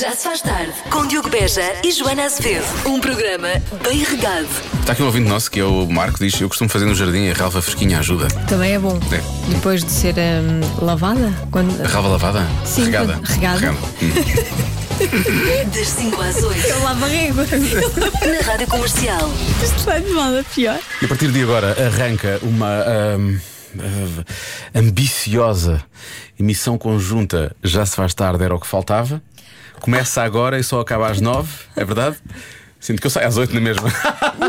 Já se faz tarde com Diogo Beja e Joana Azevedo. Um programa bem regado. Está aqui um ouvinte nosso que é o Marco, diz: Eu costumo fazer no jardim a ralva fresquinha ajuda. Também é bom. É. Depois de ser hum, lavada? Quando... A ralva lavada? Sim, regada. regada. Hum. Das 5 às 8 Eu lavo a régua. na Rádio Comercial. Isto está de mal a pior. E a partir de agora arranca uma ahm, ah, ambiciosa emissão conjunta. Já se faz tarde, era o que faltava. Começa agora e só acaba às nove, é verdade? Sinto que eu saio às oito na mesma.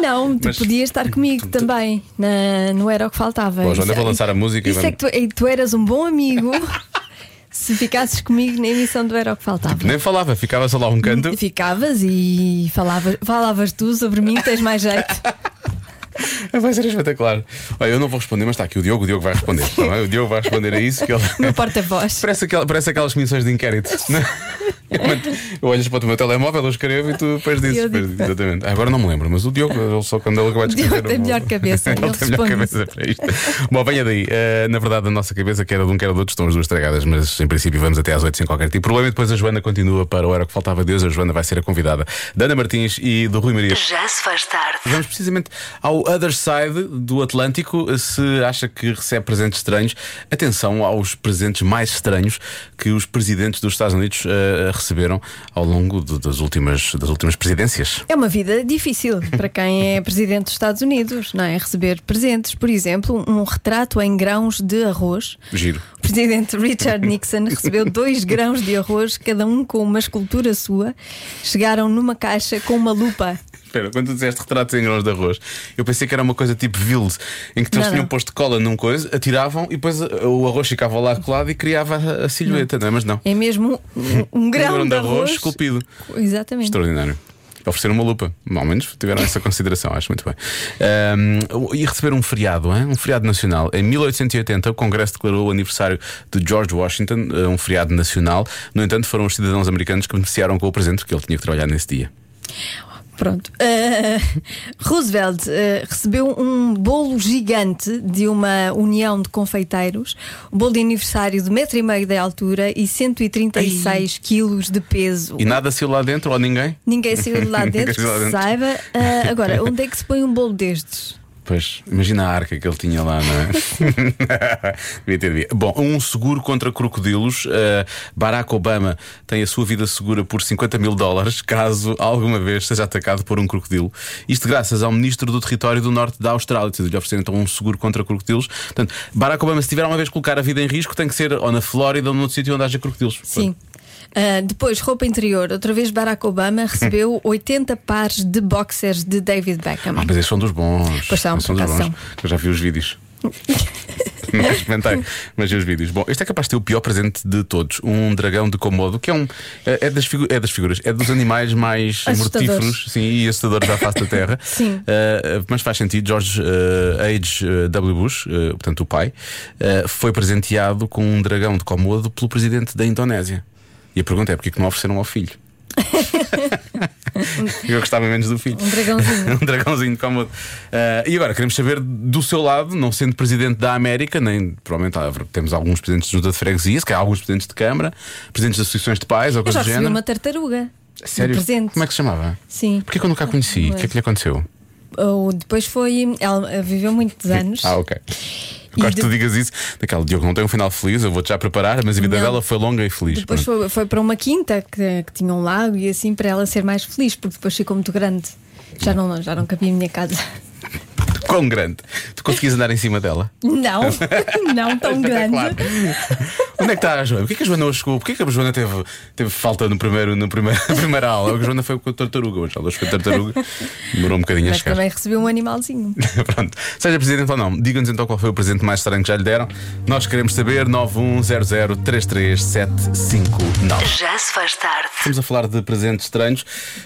Não, tu Mas- podias estar comigo também. Na... Não era o que faltava. Bom, Joana, Isso- vou lançar a música e Isso é que tu, e tu eras um bom amigo se ficasses comigo na emissão do Era o que Faltava. Nem falava, ficava só lá um canto. E Ficavas e falavas, falavas tu sobre mim, tens mais jeito. Vai ser espetacular. Olha, eu não vou responder, mas está aqui o Diogo, o Diogo vai responder. tá bem? O Diogo vai responder a isso que ele. Meu porta-voz. Parece, aquela- parece aquelas comissões de inquérito. não é? Eu mando- eu olhas para o meu telemóvel, eu escrevo e tu depois dizes. Eu digo- depois- exatamente. Ah, Agora não me lembro, mas o Diogo, ele só quando ele vai Diogo descrever. tem o- melhor cabeça, ele ele tem melhor responde-se. cabeça para isto. Bom, venha daí. Eh, na verdade, a nossa cabeça, quer a de um, quer a do outro, estão as duas tragadas, mas em princípio vamos até às oito sem qualquer tipo de problema. E depois a Joana continua para o Era o que Faltava Deus. A Joana vai ser a convidada da Ana Martins e do Rui Maria. Já se faz tarde. Vamos precisamente ao other side do Atlântico. Se acha que recebe presentes estranhos, atenção aos presentes mais estranhos que os presidentes dos Estados Unidos eh, receberam ao longo do- das, últimas, das últimas presidências. É uma vida difícil para quem é presidente dos Estados Unidos, não é? Receber presentes, por exemplo, um retrato em grãos de arroz. Giro. O presidente Richard Nixon recebeu dois grãos de arroz, cada um com uma escultura sua. Chegaram numa caixa com uma lupa. Espera, quando tu disseste retratos em grãos de arroz, eu pensei que era uma coisa tipo Vils, em que eles Não, tinham não. posto cola num coisa, atiravam e depois eh, o arroz ficava lá colado e criava a- a silhueta, não é? Mas não. É mesmo um, um grão, de, arroz. esculpido. Exatamente. Extraordinário. Ofereceram uma lupa, ao menos tiveram essa consideração, acho muito bem. Ahm, e receber um feriado, hein? um feriado nacional. Em 1880, o Congresso declarou o aniversário de George Washington, eh, um feriado nacional. No entanto, foram os cidadãos americanos que beneficiaram com o presente, porque ele tinha que trabalhar nesse dia. Pronto. Ah, Roosevelt ah, recebeu um bolo gigante de uma união de confeiteiros, um bolo de aniversário de metro e meio de altura e 136 quilos de peso. E nada saiu lá dentro, ou ninguém? Ninguém saiu de lá dentro, Ninguém que saiu lá se dentro. saiba. Ah, agora, onde é que se põe um bolo destes? Pois, imagina a arca que ele tinha lá, não é? devia ter, devia. Bom, um seguro contra crocodilos. Eh, Barack Obama tem a sua vida segura por 50 mil dólares caso alguma vez seja atacado por um crocodilo. Isto graças ao ministro do território do norte da Austrália, que lhe oferecer então um seguro contra crocodilos. Portanto, Barack Obama, se tiver uma vez colocar a vida em risco, tem que ser ou na Flórida ou num sítio onde haja crocodilos. Sim. Ah, depois, roupa interior. Outra vez, Barack Obama recebeu 80 pares de boxers de David Beckham. Ah, mas esses são dos bons. Tá Pois são, Esses são por dos acaso bons. Eu já vi os vídeos. Não experimentei, mas vi os vídeos. Bom, este é capaz de ter o pior presente de todos: um dragão de Komodo, que é um. É é das, figu- é das figuras, é dos animais mais Assustadores. mortíferos sim, e assustadores da face da Terra. Sim. Eh, mas faz sentido, George eh, H. W. Bush, eh, portanto o pai, eh, foi presenteado com um dragão de Komodo pelo presidente da Indonésia. E a pergunta é: porquê que não ofereceram ao filho? Eu gostava menos do filho. Um dragãozinho. um dragãozinho cómodo. Uh, e agora, queremos saber do seu lado, não sendo presidente da América, nem provavelmente ah, temos alguns presidentes de junta de freguesia, se calhar alguns presidentes de Câmara, presidentes de associações de pais ou Eu coisa já do recebi género. uma tartaruga. de Sério? Presente. Como é que se chamava? Sim. Porquê que eu nunca a conheci? O que é que lhe aconteceu? Ou depois foi. Ela viveu muitos anos. Ah, ok. Gosto que tu de- digas isso. Daquela Diogo não tem um final feliz, eu vou-te já preparar, mas a vida Não. dela foi longa e feliz. Depois Pronto. foi, foi para uma quinta que, que tinha um lago e assim para ela ser mais feliz, porque depois ficou muito grande. Já não, já não cabia a minha casa. Quão grande! Tu conseguias andar em cima dela? Não, não tão grande. Espetacular. Onde é que está a Joana? Porquê que a Joana hoje chegou? Porquê que a Joana teve, teve falta no primeiro, no primeiro, na primeira aula? A Joana foi com a tartaruga hoje. Ela hoje foi tartaruga. Demorou um bocadinho Mas a chegar. também recebi um animalzinho. Pronto. Seja presidente ou não, diga-nos então qual foi o presente mais estranho que já lhe deram. Nós queremos saber. 910033759. Já se faz tarde. Estamos a falar de presentes estranhos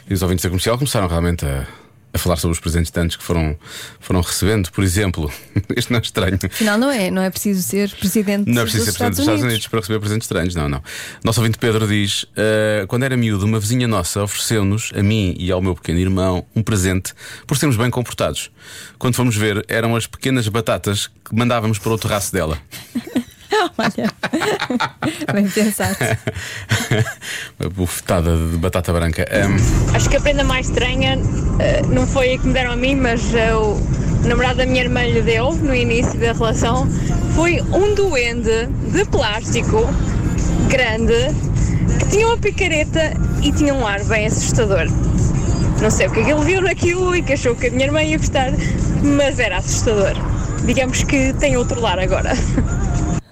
e os ouvintes da comercial começaram realmente a. a falar sobre os presentes tantos que foram, foram recebendo, por exemplo, este não é estranho. Afinal, não é, não é preciso ser presidente Não é preciso dos ser presidente Estados dos Estados Unidos. Unidos para receber presentes estranhos, não, não. Nosso ouvinte Pedro diz: "Ah, quando era miúdo, uma vizinha nossa ofereceu-nos, a mim e ao meu pequeno irmão, um presente por sermos bem comportados. Quando fomos ver, eram as pequenas batatas que mandávamos para o terraço dela. Olha. Bem pensado. Uma bufetada de batata branca. Ahm, Acho que a prenda mais estranha eh, não foi a que me deram a mim, mas eh, o namorado da minha irmã lhe deu no início da relação. Foi um duende de plástico grande que tinha uma picareta e tinha um ar bem assustador. Não sei o que é que ele viu naquilo e que achou que a minha irmã ia gostar, mas era assustador. Digamos que tem outro lar agora.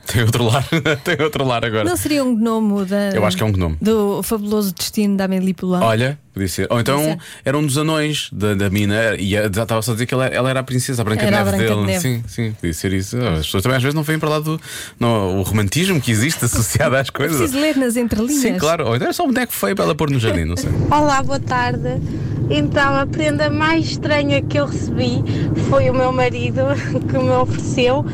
tem outro lar, tem outro lar agora. Não seria um gnomo da. Eu acho que é um gnomo. Do fabuloso destino da Amélie Poulain. Olha, podia ser. Ou então Ah. Podia era um dos anões da, da mina e a- já estava só a dizer que ela, ela era a princesa, a Branca Era a de Neve Branca de dele. Neve. Sim, sim, podia ser isso. Ah, As pessoas também às vezes não vêm para lá do não, o romantismo que existe associado às coisas. Preciso ler nas entrelinhas. Sim, claro. Ou então é só um boneco feio para ela pôr no jardim, não sei. Olá, boa tarde. Então, a prenda mais estranha que eu recebi foi o meu marido que me ofereceu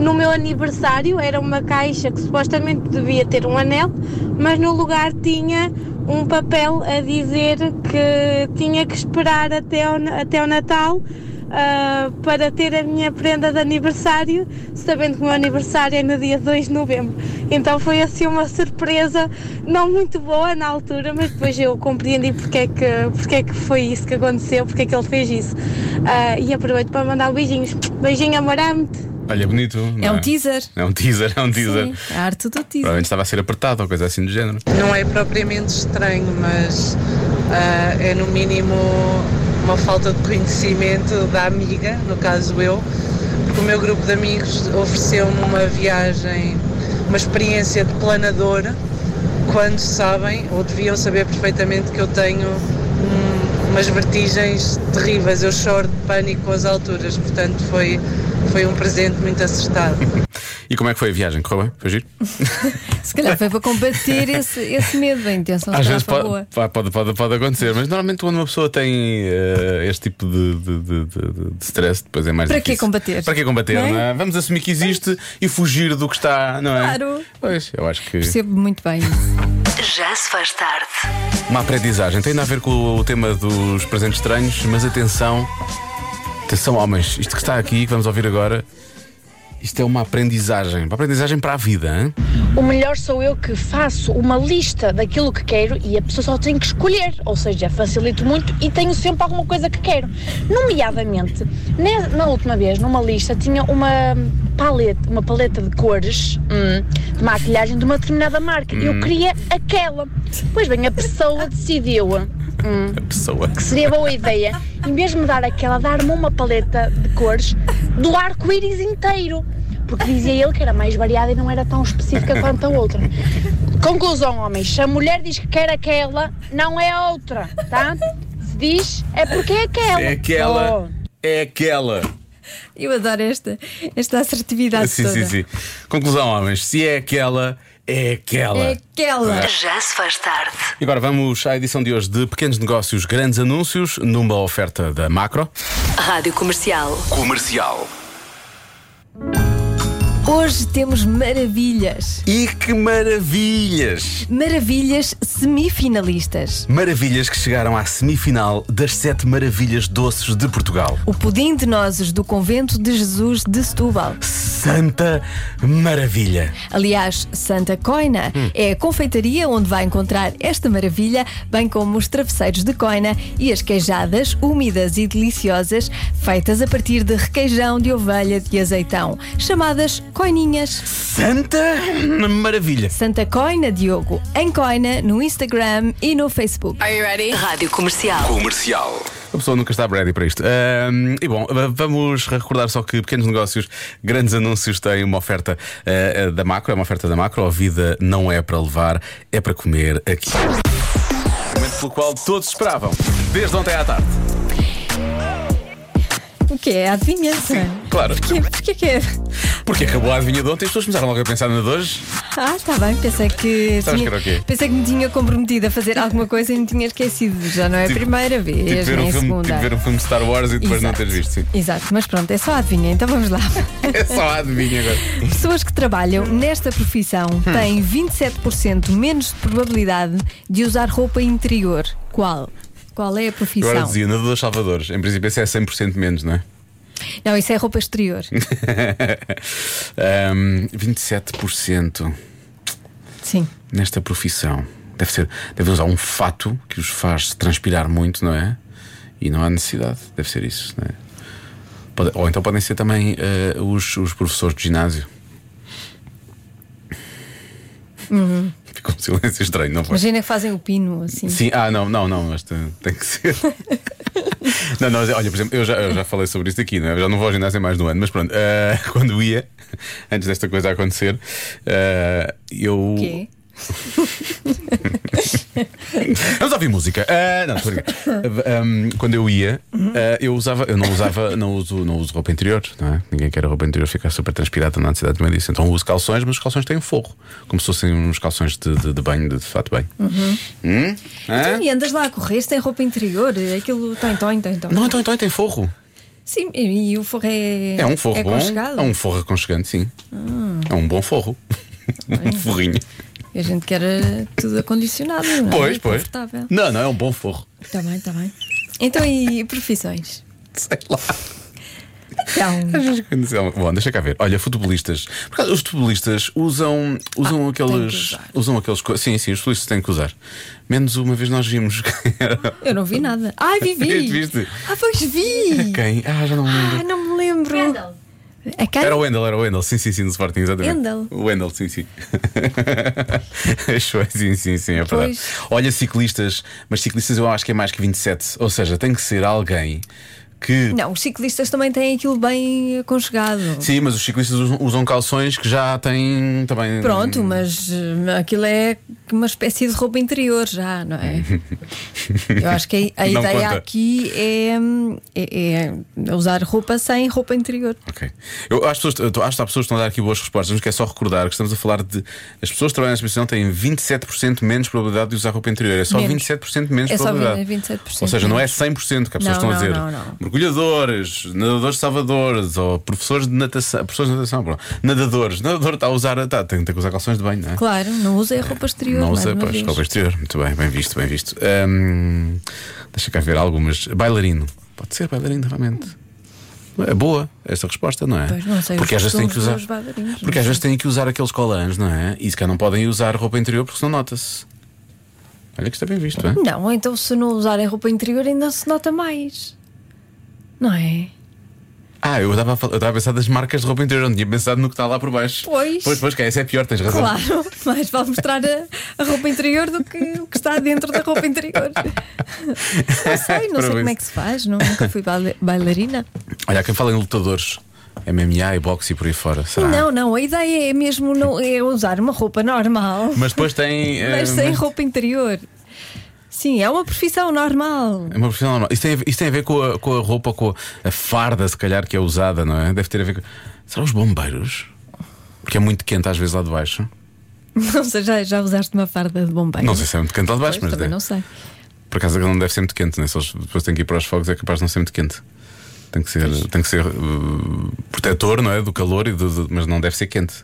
no meu aniversário. Era uma caixa que supostamente devia ter um anel, mas no lugar tinha um papel a dizer que tinha que esperar até ao, até ao Natal ah, para ter a minha prenda de aniversário, sabendo que o meu aniversário é no dia 2 de novembro. Então foi assim uma surpresa, não muito boa na altura, mas depois eu compreendi porque é que, porque é que foi isso que aconteceu, porque é que ele fez isso. Ah, e aproveito para mandar beijinhos. Beijinho, amorante! Olha, bonito. não É um teaser. É um teaser, é um teaser. Sim, a arte do teaser. Provavelmente estava a ser apertado ou coisa assim do género. Não é propriamente estranho, mas ah, é no mínimo uma falta de conhecimento da amiga, no caso eu, porque o meu grupo de amigos ofereceu-me uma viagem, uma experiência de planadora, quando sabem, ou deviam saber perfeitamente que eu tenho hum, umas vertigens terríveis, eu choro de pânico com as alturas, portanto foi, foi um presente muito acertado. E como é que foi a viagem? Correu bem? Foi giro? Se calhar foi para combater esse, esse medo. A intenção Às será vezes para pode, boa. pá, pode, pode, pode acontecer, mas normalmente quando uma pessoa tem eh, este tipo de, de, de- de- de stress, depois é mais Para quê difícil. combater? Para que combater, Não não é? é? Vamos assumir que existe e fugir do que está, não é? Claro. Pois, eu acho que. Percebo muito bem isso. Já se faz tarde. Uma aprendizagem. Tem nada a ver com o tema dos presentes estranhos, mas atenção. Atenção, homens, isto que está aqui, que vamos ouvir agora, isto é uma aprendizagem. Uma aprendizagem para a vida, hein? O melhor sou eu que faço uma lista daquilo que quero e a pessoa só tem que escolher, ou seja, facilito muito e tenho sempre alguma coisa que quero. Nomeadamente, ne- na última vez, numa lista, tinha uma paleta, uma paleta de cores hum, de maquilhagem de uma determinada marca. Eu queria aquela. Pois bem, a pessoa decidiu hum, A pessoa. que seria boa ideia, em vez de me dar aquela, dar-me uma paleta de cores do arco-íris inteiro. Porque dizia ele que era mais variada e não era tão específica quanto a outra. Conclusão, homens: se a mulher diz que quer aquela, não é a outra, tá? Se diz, é porque é aquela. É aquela. Oh. É aquela. Eu adoro esta, esta assertividade Sim, Tá toda. sim, sim. Conclusão, homens. Se é aquela, é aquela. É aquela. Já se faz tarde. E agora vamos à edição de hoje de Pequenos Negócios, Grandes Anúncios, numa oferta da Macro. Rádio Comercial. Comercial. Hoje temos maravilhas. E que maravilhas! Maravilhas semifinalistas. Maravilhas que chegaram à semifinal das sete maravilhas doces de Portugal. O pudim de nozes do Convento de Jesus de Setúbal. Santa Maravilha! Aliás, Santa Coina é a confeitaria onde vai encontrar esta maravilha, bem como os travesseiros de coina e as queijadas úmidas e deliciosas feitas a partir de requeijão de ovelha de azeitão, chamadas coininhas. Santa Maravilha! Santa Coina Diogo, em Coina, no Instagram e no Facebook. Rádio Comercial. Comercial. A pessoa nunca está ready para isto. Ahm, e bom, v- vamos recordar só que pequenos negócios, grandes anúncios têm uma oferta ah, ah, da macro, é uma oferta da macro. A vida não é para levar, é para comer aqui. Momento pelo qual todos esperavam, desde ontem à tarde. O que é? A adivinhança? Claro, Que- Porquê que é? porque acabou a adivinha de ontem e as pessoas começaram logo a pensar na de hoje. Ah, está bem, pensei que. Sabes tinha- que era o quê? Pensei que me tinha comprometido a fazer alguma coisa e me tinha esquecido. Já não é a Tipo- primeira vez, Tipo ver, nem um a filme, segunda. tipo ver um filme de Star Wars e depois não Exato. teres visto. Sim. Exato, mas pronto, é só a adivinha, então vamos lá. É só a adivinha agora. Pessoas que trabalham nesta profissão Hum. têm 27% menos de probabilidade de usar roupa interior. Qual? Qual é a Agora profissão? dizia, na dos Salvadores, em princípio, esse é 100% menos, não é? Não, isso é roupa exterior. Ahm, 27% Sim. nesta profissão. Deve ser, deve usar um fato que os faz transpirar muito, não é? E não há necessidade, deve ser isso, não é? Pode- ou então podem ser também eh, os, os professores de ginásio. Ficou um silêncio estranho, não foi? Imagina que fazem o pino assim. Sim, ah, não, não, não, mas tem, tem que ser. não, não, mas, olha, por exemplo, eu já, eu já falei sobre isto aqui, não é? Eu já não vou ao ginásio há mais de um ano, mas pronto, eh, quando ia, antes desta coisa acontecer, eh, eu. O quê? Vamos ouvir música. Ah, não, estou a brincar. Ah, um, quando eu ia, Uhum. ah, eu usava, eu não usava, não uso, não uso roupa interior, não é? Ninguém quer a roupa interior ficar super transpirada na ansiedade também disso. Então uso calções, mas os calções têm forro, como se fossem uns calções de, de, de banho, de, de fato de banho. Uhum. Hum? Hã? Então, e andas lá a correr sem roupa interior, aquilo tem, tem, tem, tem. Não, então, então tem forro. Sim, e e o forro é. É um forro é bom. aconchegado. Ah. É um forro aconchegante, sim. É um bom forro. um forrinho. E a gente quer eh, tudo acondicionado. Não é? Pois, pois. Confortável. Não, não, é um bom forro. Está bem, está bem. Então, e profissões? Sei lá. Então, Às vezes quando se- Bom, deixa cá ver. Olha, futebolistas. Por causa, os futebolistas usam, usam Ah, que aqueles. usar. Usam aqueles. co- Sim, sim, os futebolistas têm que usar. Menos uma vez nós vimos quem era. eu não vi nada. Ai, vivi! Viste? Ah, pois vi! Quem? Ah, já não me lembro. Ah, não me lembro. A quem? Era um- o Wendel, era o Wendel, sim, sim, sim, no Sporting, exatamente. Wendel. O Wendel, sim, sim. Achou, sim, sim, sim, é verdade. Pois. Olha, ciclistas, mas ciclistas eu acho que é mais que 27. Ou seja, tem que ser alguém que Não, os ciclistas também têm aquilo bem aconchegado. Sim, mas os ciclistas usam, usam calções que já têm também. Pronto, mas eh, aquilo é uma espécie de roupa interior já, não é? Eu acho que a, a Não ideia conta. aqui é, hum, é- é usar roupa sem roupa interior. Ok. Eu acho, que as pessoas, eu acho que há pessoas que estão a dar aqui boas respostas, mas quero só recordar que estamos a falar de. As pessoas que trabalham nessa profissão têm 27% menos probabilidade de usar roupa interior. É só Menos. 27% menos É só probabilidade. 27% Ou seja, não é menos. 100% que as pessoas Não, estão a não, dizer. não, não. Mergulhadores, nadadores salvadores ou professores de natação. Professores de natação, pronto. Nadadores. Nadador está a usar. Está, tem, tem que usar calções de banho, não é? Claro, não é? usa roupa exterior. Não mais usa, uma pois, vez. roupa exterior. Muito bem, bem visto, bem visto. Hum, deixa cá ver algumas. Bailarino. Pode ser bailarino, realmente. É boa esta resposta, não é? Pois, não sei, porque os às vezes têm que costumes usar. dos bailarinos, Porque não às vezes têm que usar aqueles colãs, não é? E se cá não podem usar roupa interior porque senão nota-se. Olha que está bem visto, é? Não, então se não usarem roupa interior ainda se nota mais. Não é? Ah, eu estava a fal- eu estava a pensar das marcas de roupa interior, não tinha pensado no que está lá por baixo. Pois. Pois, pois, que essa é pior, tens razão. Claro, mas vale mostrar a, a roupa interior do que o que está dentro da roupa interior. Não sei, não sei Parabéns. como é que se faz, nunca fui baile- bailarina. Olha, quem fala em lutadores, MMA e boxe e por aí fora. Será? Não, não, a ideia é mesmo não, é usar uma roupa normal, Mas depois tem. eh, mas sem mas- roupa interior. Sim, é uma profissão normal. É uma profissão normal. Isto tem, a ver- isto tem a ver com a, com a roupa, com a, a farda, se calhar, que é usada, não é? Deve ter a ver com. Será os bombeiros? Porque é muito quente às vezes lá de baixo. Não sei, já, já usaste uma farda de bombeiro? Não sei se é muito quente lá de Pois, baixo, mas também deve- não sei. por acaso não deve ser muito quente, né? Se eles depois têm que ir para os fogos, é capaz de não ser muito quente. Tem que ser, tem que ser uh, protetor, não é? Do calor, e do, do- mas não deve ser quente.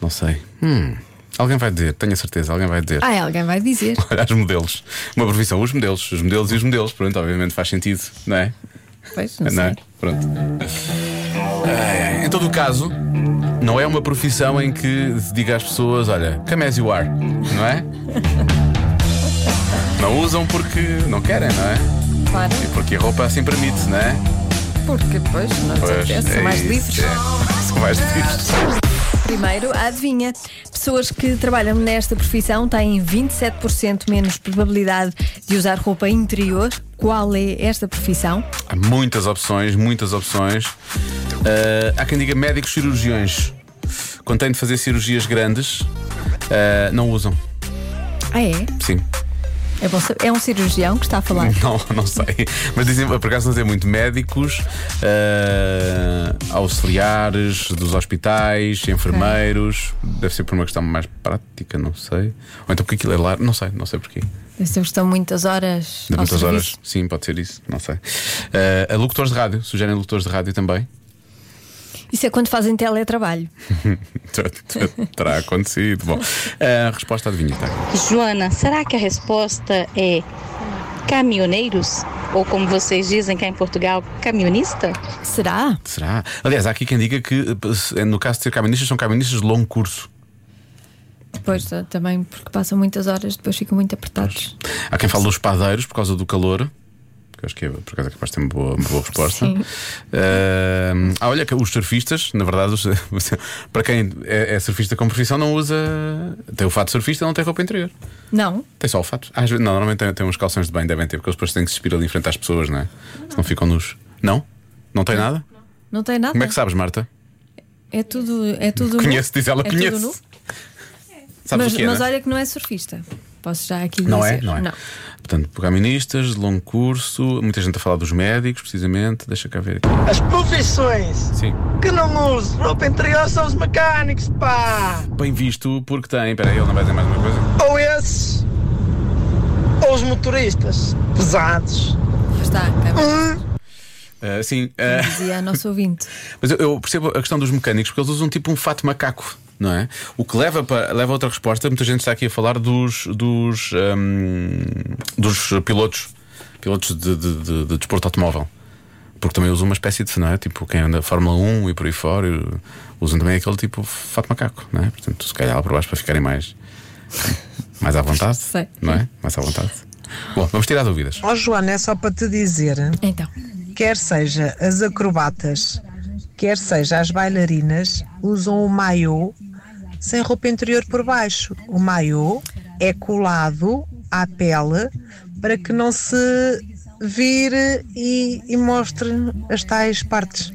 Não sei. Hum. Alguém vai dizer, tenho a certeza, alguém vai dizer. Ah, alguém vai dizer. Olha, os modelos. Uma profissão, os modelos, os modelos e os modelos. Pronto, obviamente faz sentido, não é? Pois, não, Não é? sei. Pronto. Ai, ai. Em todo o caso, não é uma profissão em que se diga às pessoas: olha, come as you are, não é? Não usam porque não querem, não é? Claro, Porque a roupa assim permite, não é? porque depois não nos apetece, são mais isso, livres. é. São mais livres. Primeiro, a adivinha. Pessoas que trabalham nesta profissão têm 27% menos probabilidade de usar roupa interior. Qual é esta profissão? Há muitas opções, muitas opções. Ah, há quem diga médicos cirurgiões. Quando têm de fazer cirurgias grandes, ah, não usam. Ah, é? Sim. É, bom saber. É um cirurgião que está a falar. Não, não sei. Mas dizem, por acaso não dizem muito médicos, eh, auxiliares dos hospitais, enfermeiros. Deve ser por uma questão mais prática, não sei. Ou então porque aquilo é lar, não sei, não sei porquê. Eles estão muitas horas. De ao muitas horas. serviço. Sim, pode ser isso, não sei. Eh, a locutores de rádio, sugerem locutores de rádio também. Isso é quando fazem teletrabalho. Terá acontecido. Bom, a resposta adivinha, tá? Joana, será que a resposta é caminhoneiros? ou como vocês dizem que é em Portugal, camionista? Será? Será? Aliás, há aqui quem diga que, eh, se- no caso de ser caministas, são caministas de longo curso. Depois eh, também, porque passam muitas horas, depois ficam muito apertados. Há quem fala dos padeiros por causa do calor. que eu acho que é, por acaso é capaz de ter uma boa, uma boa resposta. Sim. Ah, ah, olha, que os surfistas, na verdade, os- para quem é, é surfista com profissão, não usa. Tem o fato de surfista, não tem roupa interior. Não? Tem só o fato. Às vezes, não, normalmente tem, tem uns calções de bem, devem ter, porque eles depois têm que se expir ali em frente às pessoas, não é? Senão ficam nus. Não? Não tem nada? Não tem nada? Como é que sabes, Marta? É tudo. É tudo nu. Conhece, diz ela, é conhece. Tudo nu. Sabes mas o que é? mas não é? olha que não é surfista. Posso já aqui Não é? dizer. Não é? Portanto, programistas, longo curso, muita gente a falar dos médicos, precisamente. Deixa cá ver aqui. As profissões Sim. que não usam roupa interior são os mecânicos, pá! Bem visto, porque tem. Espera aí, ele não vai dizer mais uma coisa. Ou esses, ou os motoristas pesados. Está, cá, Ah, sim. ah, dizia a nosso ouvinte. mas eu, eu percebo a questão dos mecânicos, porque eles usam tipo um fato macaco, não é? O que leva, para, leva a outra resposta. Muita gente está aqui a falar dos, dos, ahm, dos pilotos, pilotos de, de, de- de desporto automóvel. Porque também usam uma espécie de, não é? Tipo, quem anda Fórmula 1 e por aí fora, usam também aquele tipo fato macaco, não é? Portanto, se calhar lá por baixo para ficarem mais, mais à vontade, Sei. não é? Mais à vontade. Bom, vamos tirar dúvidas. Ó Joana, é só para te dizer, Então, quer seja as acrobatas, quer seja as bailarinas, usam o maiô sem roupa interior por baixo. O maiô é colado à pele para que não se vire e, e mostre as tais partes.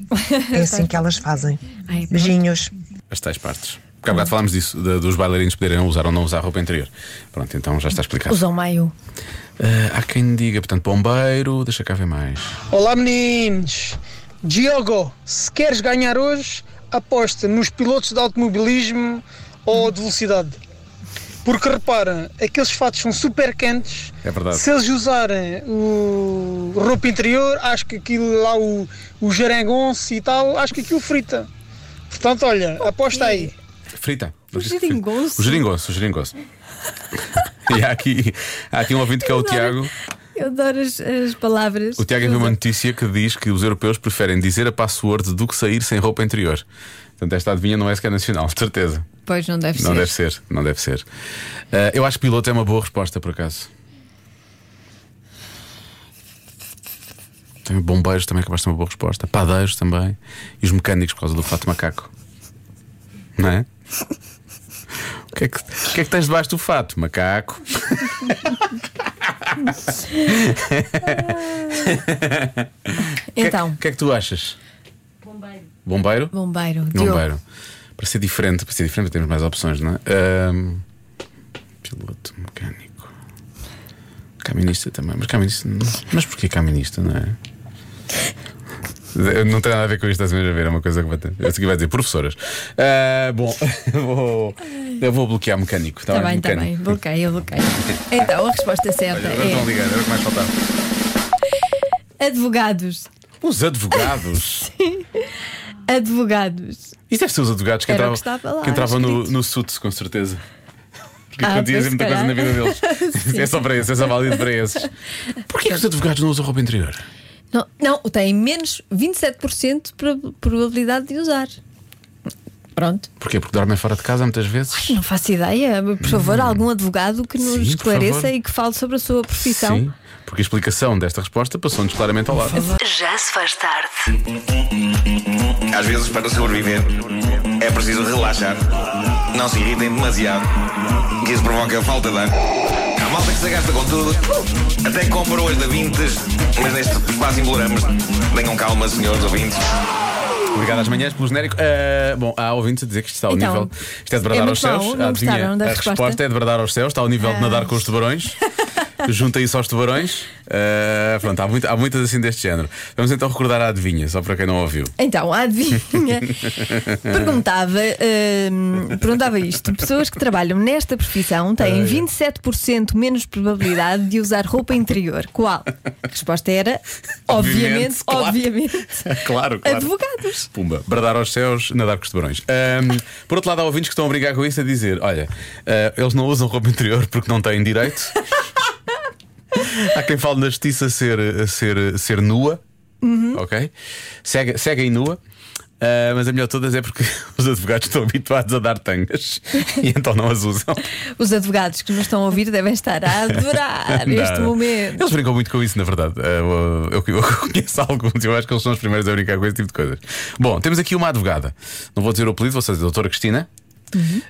É assim que elas fazem. Ai, pronto. Beijinhos. As tais partes. Porque há bocado falámos disso, de- dos bailarinos poderem usar ou não usar roupa interior. Pronto, então já está explicado. usam maio. Ah, há quem diga, portanto, bombeiro, deixa cá ver mais. Olá meninos! Diogo, se queres ganhar hoje, aposta nos pilotos de automobilismo ou de velocidade. Porque repara, aqueles fatos são super quentes. É verdade. Se eles usarem o roupa interior, acho que aquilo lá, o, o jarengonce e tal, acho que aquilo frita. Portanto, olha, aposta aí. Frita. O geringonço. O geringonço, o geringonço. e há aqui, há aqui um ouvinte que é o Tiago. Eu adoro as, as palavras. O Tiago é um que enviou uma usam. notícia que diz que os europeus preferem dizer a password do que sair sem roupa interior. Portanto, esta adivinha não é sequer nacional, de certeza. Pois não deve Não ser. deve ser, não deve ser. Ah, eu acho que piloto é uma boa resposta, por acaso. Tem bombeiros também, que vai ser uma boa resposta. Padeiros também. E os mecânicos, por causa do fato macaco. Não é? O que é que, o que é que tens debaixo do fato? Macaco. O Então, que, é, que tu achas? Bombeiro. Bombeiro? bombeiro. Diogo. Bombeiro. Para ser diferente, para ser diferente, temos mais opções, não é? Ahm, piloto, mecânico. Caminista também. Mas caminista. não- Mas porquê caminista, não é? Não tem nada a ver com isto, estás mesmo a ver? É uma coisa que vai ter. Eu sei que vai dizer professoras. Ah, bom, vou, eu vou bloquear mecânico. Está Está Tá bem, está bem. mecânico. Bloqueia, bloqueia. Então, a resposta certa Olha, agora estão a é ligar, era o que mais faltava. advogados. Os advogados. Advogados. Isso deve ser os é advogados que Era o entravam, que estava lá, que entravam no, escrito. no SUTS, com certeza. Porque Ah, ah, pois, dizem muita se coisa na calhar. vida deles. Sim. é só para esses, é só válido para esses. Porquê que os advogados não usam roupa interior? Não, não tem menos 27% de probabilidade de usar. Pronto. Porquê? Porque dormem fora de casa muitas vezes. Não faço ideia. Por favor, algum advogado que nos Hum. Sim, por esclareça favor. e que fale sobre a sua profissão. Sim, porque a explicação desta resposta passou-nos claramente ao lado. Já se faz tarde. Às vezes, para sobreviver, é preciso relaxar. Não se irritem demasiado, que isso provoca falta de ar. Há malta que se gasta com tudo, até compra hoje da Vintes, mas neste espaço imploramos. Tenham calma, senhores ouvintes. Obrigado às manhãs pelo genérico. Ah, bom, há ouvintes a dizer que isto está ao Então, nível. Isto é de bradar é aos muito mau, céus. não a gostaram da a resposta? resposta é de bradar aos céus. Está ao nível de Ah. nadar com os tubarões. Junta isso aos tubarões. Ah, pronto, há, muito- há muitas assim deste género. Vamos então recordar a adivinha, só para quem não ouviu. Então, a adivinha perguntava, hum, perguntava isto: pessoas que trabalham nesta profissão têm 27% menos probabilidade de usar roupa interior. Qual? A resposta era, obviamente, Obviamente, claro. obviamente, Claro, claro. advogados. Pumba, bradar aos céus, nadar com os tubarões. Ahm, por outro lado, há ouvintes que estão a brigar com isso a dizer: olha, ah, eles não usam roupa interior porque não têm direito. Há quem fale na justiça ser, ser, ser nua, Uhum. ok? Cega, cega e nua. Ah, mas a melhor de todas é porque os advogados estão habituados a dar tangas e então não as usam. Os advogados que nos estão a ouvir devem estar a adorar este Não. Ah, momento. Eles brincam muito com isso, na verdade. Eh, Eu, eu- eu conheço alguns, eu acho que eles são os primeiros a brincar com esse tipo de coisas. Bom, temos aqui uma advogada. Não vou dizer o apelido, vou só dizer a doutora Cristina,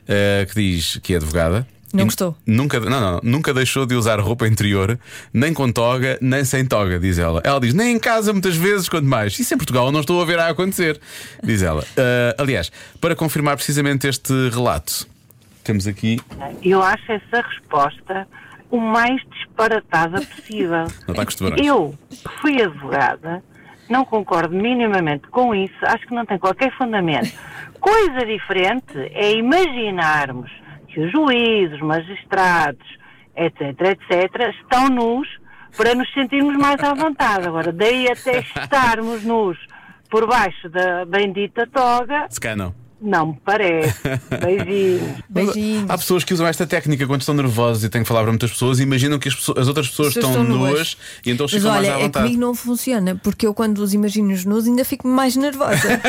eh, que diz que é advogada. Uhum. Não E gostou. Nunca, não, não, nunca deixou de usar roupa interior, nem com toga, nem sem toga, diz ela. Ela diz, nem em casa muitas vezes, quanto mais. Isso em Portugal eu não estou a ver a acontecer, diz ela. Eh, aliás, para confirmar precisamente este relato, temos aqui. Eu acho essa resposta o mais disparatada possível. Não está acostumada. Eu, que fui advogada, não concordo minimamente com isso, acho que não tem qualquer fundamento. Coisa diferente é imaginarmos que os juízes, magistrados, etc, etc, estão nus para nos sentirmos mais à vontade. Agora, daí até estarmos nus por baixo da bendita toga, Se calhar não. não me parece. Beijinhos. Beijinhos. Há pessoas que usam esta técnica quando estão nervosos e têm que falar para muitas pessoas e imaginam que as, pessoas- as outras pessoas Pessoas estão estão nuas. nuas e então Mas ficam mais olha, à é comigo vontade. não funciona, porque eu quando os imagino os nus ainda fico mais nervosa.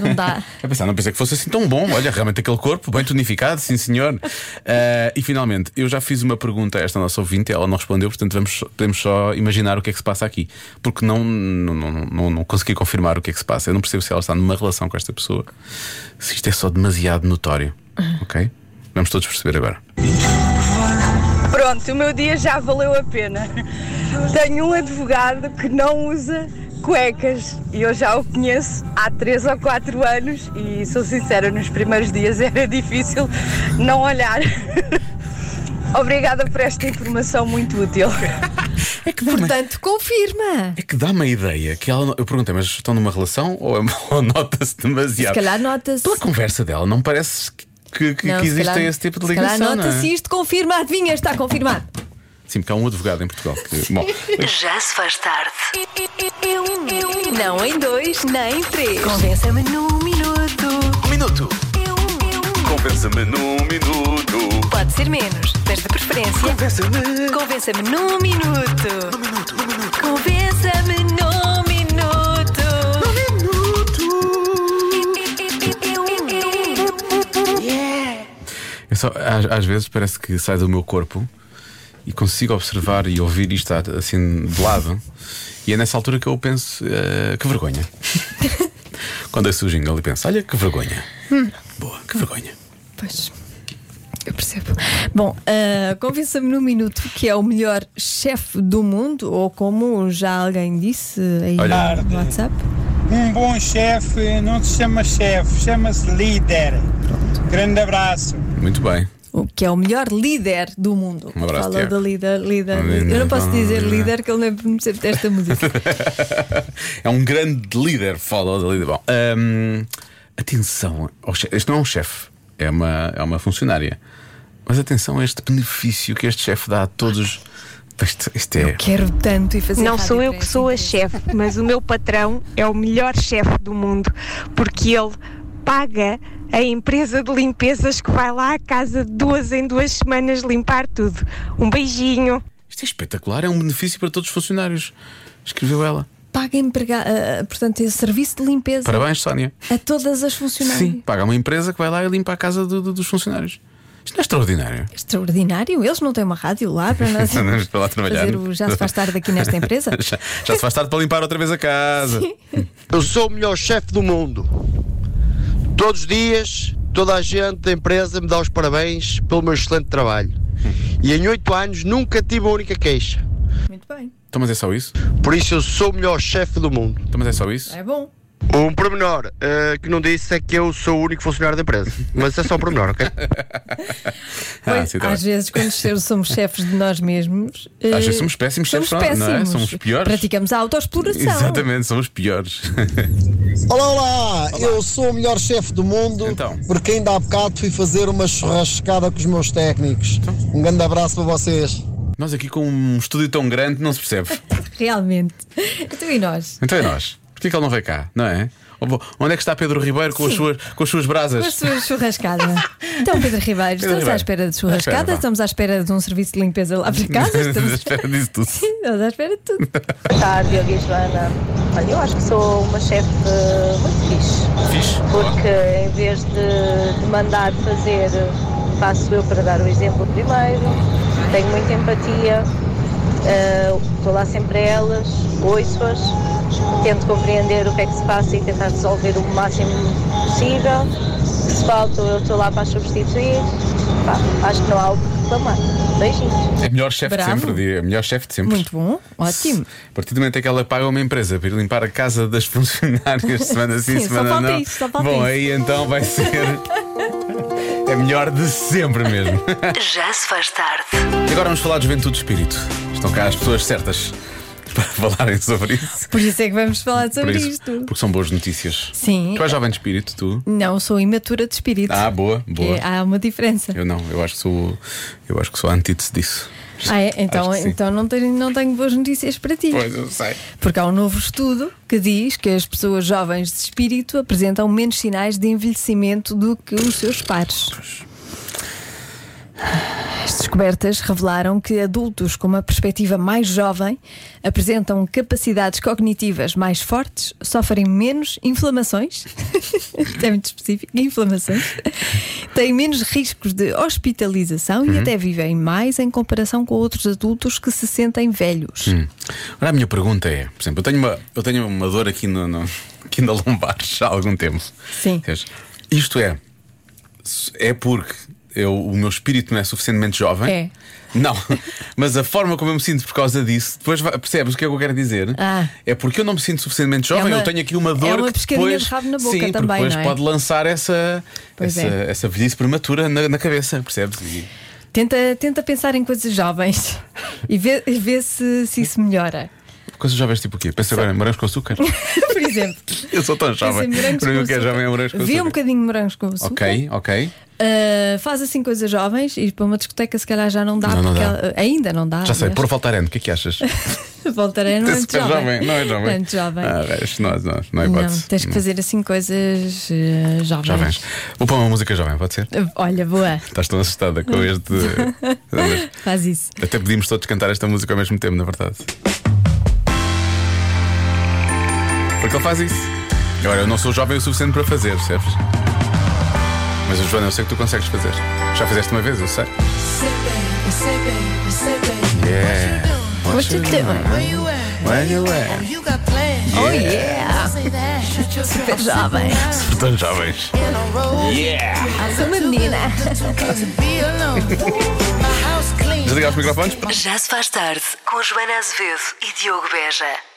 não dá. É pensar, não pensei que fosse assim tão bom. Olha, realmente aquele corpo bem tonificado, sim senhor. Ah, e finalmente, eu já fiz uma pergunta a esta nossa ouvinte, ela não respondeu, portanto vamos, podemos só imaginar o que é que se passa aqui. Porque não, não, não, não, não consegui confirmar o que é que se passa. Eu não percebo se ela está numa relação com esta pessoa, se isto é só demasiado notório. Ok? Vamos todos perceber agora. Pronto, o meu dia já valeu a pena. Tenho um advogado que não usa cuecas e eu já o conheço há 3 ou 4 anos e sou sincera, nos primeiros dias era difícil não olhar. Obrigada por esta informação muito útil. É Portanto, confirma. que dá-me a ideia que ela. não- Eu perguntei, mas estão numa relação ou, é- ou nota-se demasiado? Se calhar nota-se. Pela conversa dela, não parece que, que, que Não, se existe calhar- esse tipo de se calhar ligação. não é? nota-se isto, confirma, adivinha, está confirmado. Sim, porque há um advogado em Portugal. Que, bom, Já se faz tarde. Não em dois, nem em três. Convença-me num minuto. Um minuto. Convença-me num minuto. Pode ser menos, mas de preferência. Convença-me. Convença-me num minuto. Num minuto, num minuto. Convença-me num minuto. Num minuto. Yeah. eu só- às, às vezes parece que sai do meu corpo e consigo observar e ouvir isto assim de lado. E é nessa altura que eu penso, eh, que vergonha. Quando eu surge jingle e penso, olha que vergonha. Hum. Boa, que vergonha. Pois. Eu percebo. Bom, ah, convença-me num minuto que é o melhor chefe do mundo, ou como já alguém disse aí Olha. no WhatsApp. Um bom chefe não se chama chefe, chama-se líder. Grande abraço. Muito bem. O que é o melhor líder do mundo. Um abraço, Fala Tiago. da líder, líder. Líder, Eu não posso dizer líder. líder que ele lembro me sempre desta música. é um grande líder, follow the leader. Bom, hum, atenção, ao che- este não é um chefe, é uma, é uma funcionária. Mas atenção a este benefício que este chefe dá a todos. Isto, isto é. Quero tanto e fazer Não rádio sou eu para que sou a chefe, mas o meu patrão é o melhor chefe do mundo, porque ele paga a empresa de limpezas que vai lá à casa de duas em duas semanas limpar tudo. Um beijinho. Isto é espetacular, é um benefício para todos os funcionários. Escreveu ela. Paga emprega- ah, portanto, esse serviço de limpeza Parabéns, Sónia. a todas as funcionárias. Sim, paga uma empresa que vai lá e limpa a casa do- do- dos funcionários. Isto não é extraordinário. Extraordinário, eles não têm uma rádio lá para nós. Vamos para lá trabalhar. fazer o já se faz tarde aqui nesta empresa? já, já se faz tarde para limpar outra vez a casa. Eu sou o melhor chefe do mundo. Todos os dias, toda a gente da empresa me dá os parabéns pelo meu excelente trabalho. E em oito anos nunca tive a única queixa. Muito bem. Então, mas é só isso? Por isso eu sou o melhor chefe do mundo. Então, mas é só isso? É bom. Um pormenor eh, que não disse é que eu sou o único funcionário da empresa. Mas é só um pormenor, ok? Ah, Pois, às vezes, quando ser- somos chefes de nós mesmos, eh, tá Às vezes somos péssimos somos chefes, não é? Não é? péssimos. Somos piores. Praticamos a autoexploração. Exatamente, são os piores. Olá, olá, Eu sou o melhor chefe do mundo porque ainda há bocado fui fazer uma churrascada com os meus técnicos. Um grande abraço para vocês. Nós aqui com um estúdio tão grande não se percebe. Realmente. Então, e nós? Então é nós. Porquê que ele não vai cá, não é? Onde é que está Pedro Ribeiro com, as Sim. suas, com as suas brasas? Com a sua churrascada. Então, Pedro Ribeiro, estamos Ribeiro. à espera de À churrascada, espera, vá. estamos à espera de um serviço de limpeza lá para casa, estamos, espera disso tudo. estamos à espera de tudo. Olá, Ah, Diogo e Joana. Olha, eu acho que sou uma chefe muito fixe. Fixe. Porque em vez de, de mandar fazer, faço eu para dar o exemplo primeiro. Tenho muita empatia. eh, Estou lá sempre a elas, ouço-as, tento compreender o que é que se passa e tentar resolver o máximo possível. Se falta, eu estou lá para as substituir. Pá, acho que não há algo que reclamar. Beijinhos. É a melhor chefe de Bravo. sempre, diria. A melhor chefe de sempre. Muito bom, ótimo. A partir do momento em que ela paga uma empresa para ir limpar a casa das funcionárias, semana sim, Sim, só semana falta não. isso, só falta Bom, isso. aí então vai ser. a melhor de sempre mesmo. Já se faz tarde. E agora vamos falar de juventude de espírito. Estão cá as pessoas certas para falarem sobre isso. Por isso é que vamos falar Por sobre isso, isto. Porque são boas notícias. Sim. Tu és jovem de espírito, tu? Não, sou imatura de espírito. Ah, boa, boa. É, há uma diferença. Eu não, eu acho que sou, eu acho que sou a antítese disso. Ah, é? Então, Acho que sim. então não, tenho, não tenho boas notícias para ti. Pois eu sei. Porque há um novo estudo que diz que as pessoas jovens de espírito apresentam menos sinais de envelhecimento do que os seus pares. As descobertas revelaram que adultos com uma perspectiva mais jovem apresentam capacidades cognitivas mais fortes, sofrem menos inflamações, isto é muito específico, inflamações, têm menos riscos de hospitalização e Uhum. até vivem mais em comparação com outros adultos que se sentem velhos. Hum. Agora a minha pergunta é, por exemplo, eu tenho uma, eu tenho uma dor aqui, no, no- aqui na lombar já há algum tempo. Sim. Vês? Isto é, é porque eu, o meu espírito não é suficientemente jovem. É. Não, mas a forma como eu me sinto por causa disso, depois vai- percebes o que é que eu quero dizer? Ah. É porque eu não me sinto suficientemente jovem, É uma- eu tenho aqui uma é dor uma que pescadinha de depois, rabo na boca sim, porque também, depois não é? pode lançar essa, Pois essa, é. essa velhice prematura na, na cabeça, percebes? E- Tenta, tenta pensar em coisas jovens e vê, e vê se, se isso melhora. coisas jovens tipo o quê? Pensa agora em morangos com açúcar? Por exemplo, eu sou tão pensa jovem. em morangos Para mim com o que é açúcar. jovem é morangos com Vê um açúcar. bocadinho de morangos com açúcar. Ok, ok. Uh, faz assim coisas jovens e para uma discoteca se calhar já não dá, Não, não porque dá. ela- ainda não dá. Já sei, aliás. por faltar ano, o que é que achas? Voltarei, não é muito Super jovem. não é Não é jovem. muito jovem. Ah, isto não, não, não é hipótese. Não, tens que Não. fazer assim coisas uh, jovens. Jovens. Vou pôr uma música jovem, pode ser? Uh, Olha, boa. Estás tão assustada com este. Faz isso. Até podíamos todos cantar esta música ao mesmo tempo, na verdade. Porque ele faz isso. Agora, eu não sou jovem o suficiente para fazer, percebes? Mas, Joana, eu sei que tu consegues fazer. Já fizeste uma vez, eu sei. Yeah. What you doing? Where you at? Where you at? You got plans. Oh, yeah. Super jovem. Super tão é. jovens. Yeah. Sou uma menina. Desligar os microfones? Já se faz tarde com Joana Azevedo e Diogo Beja.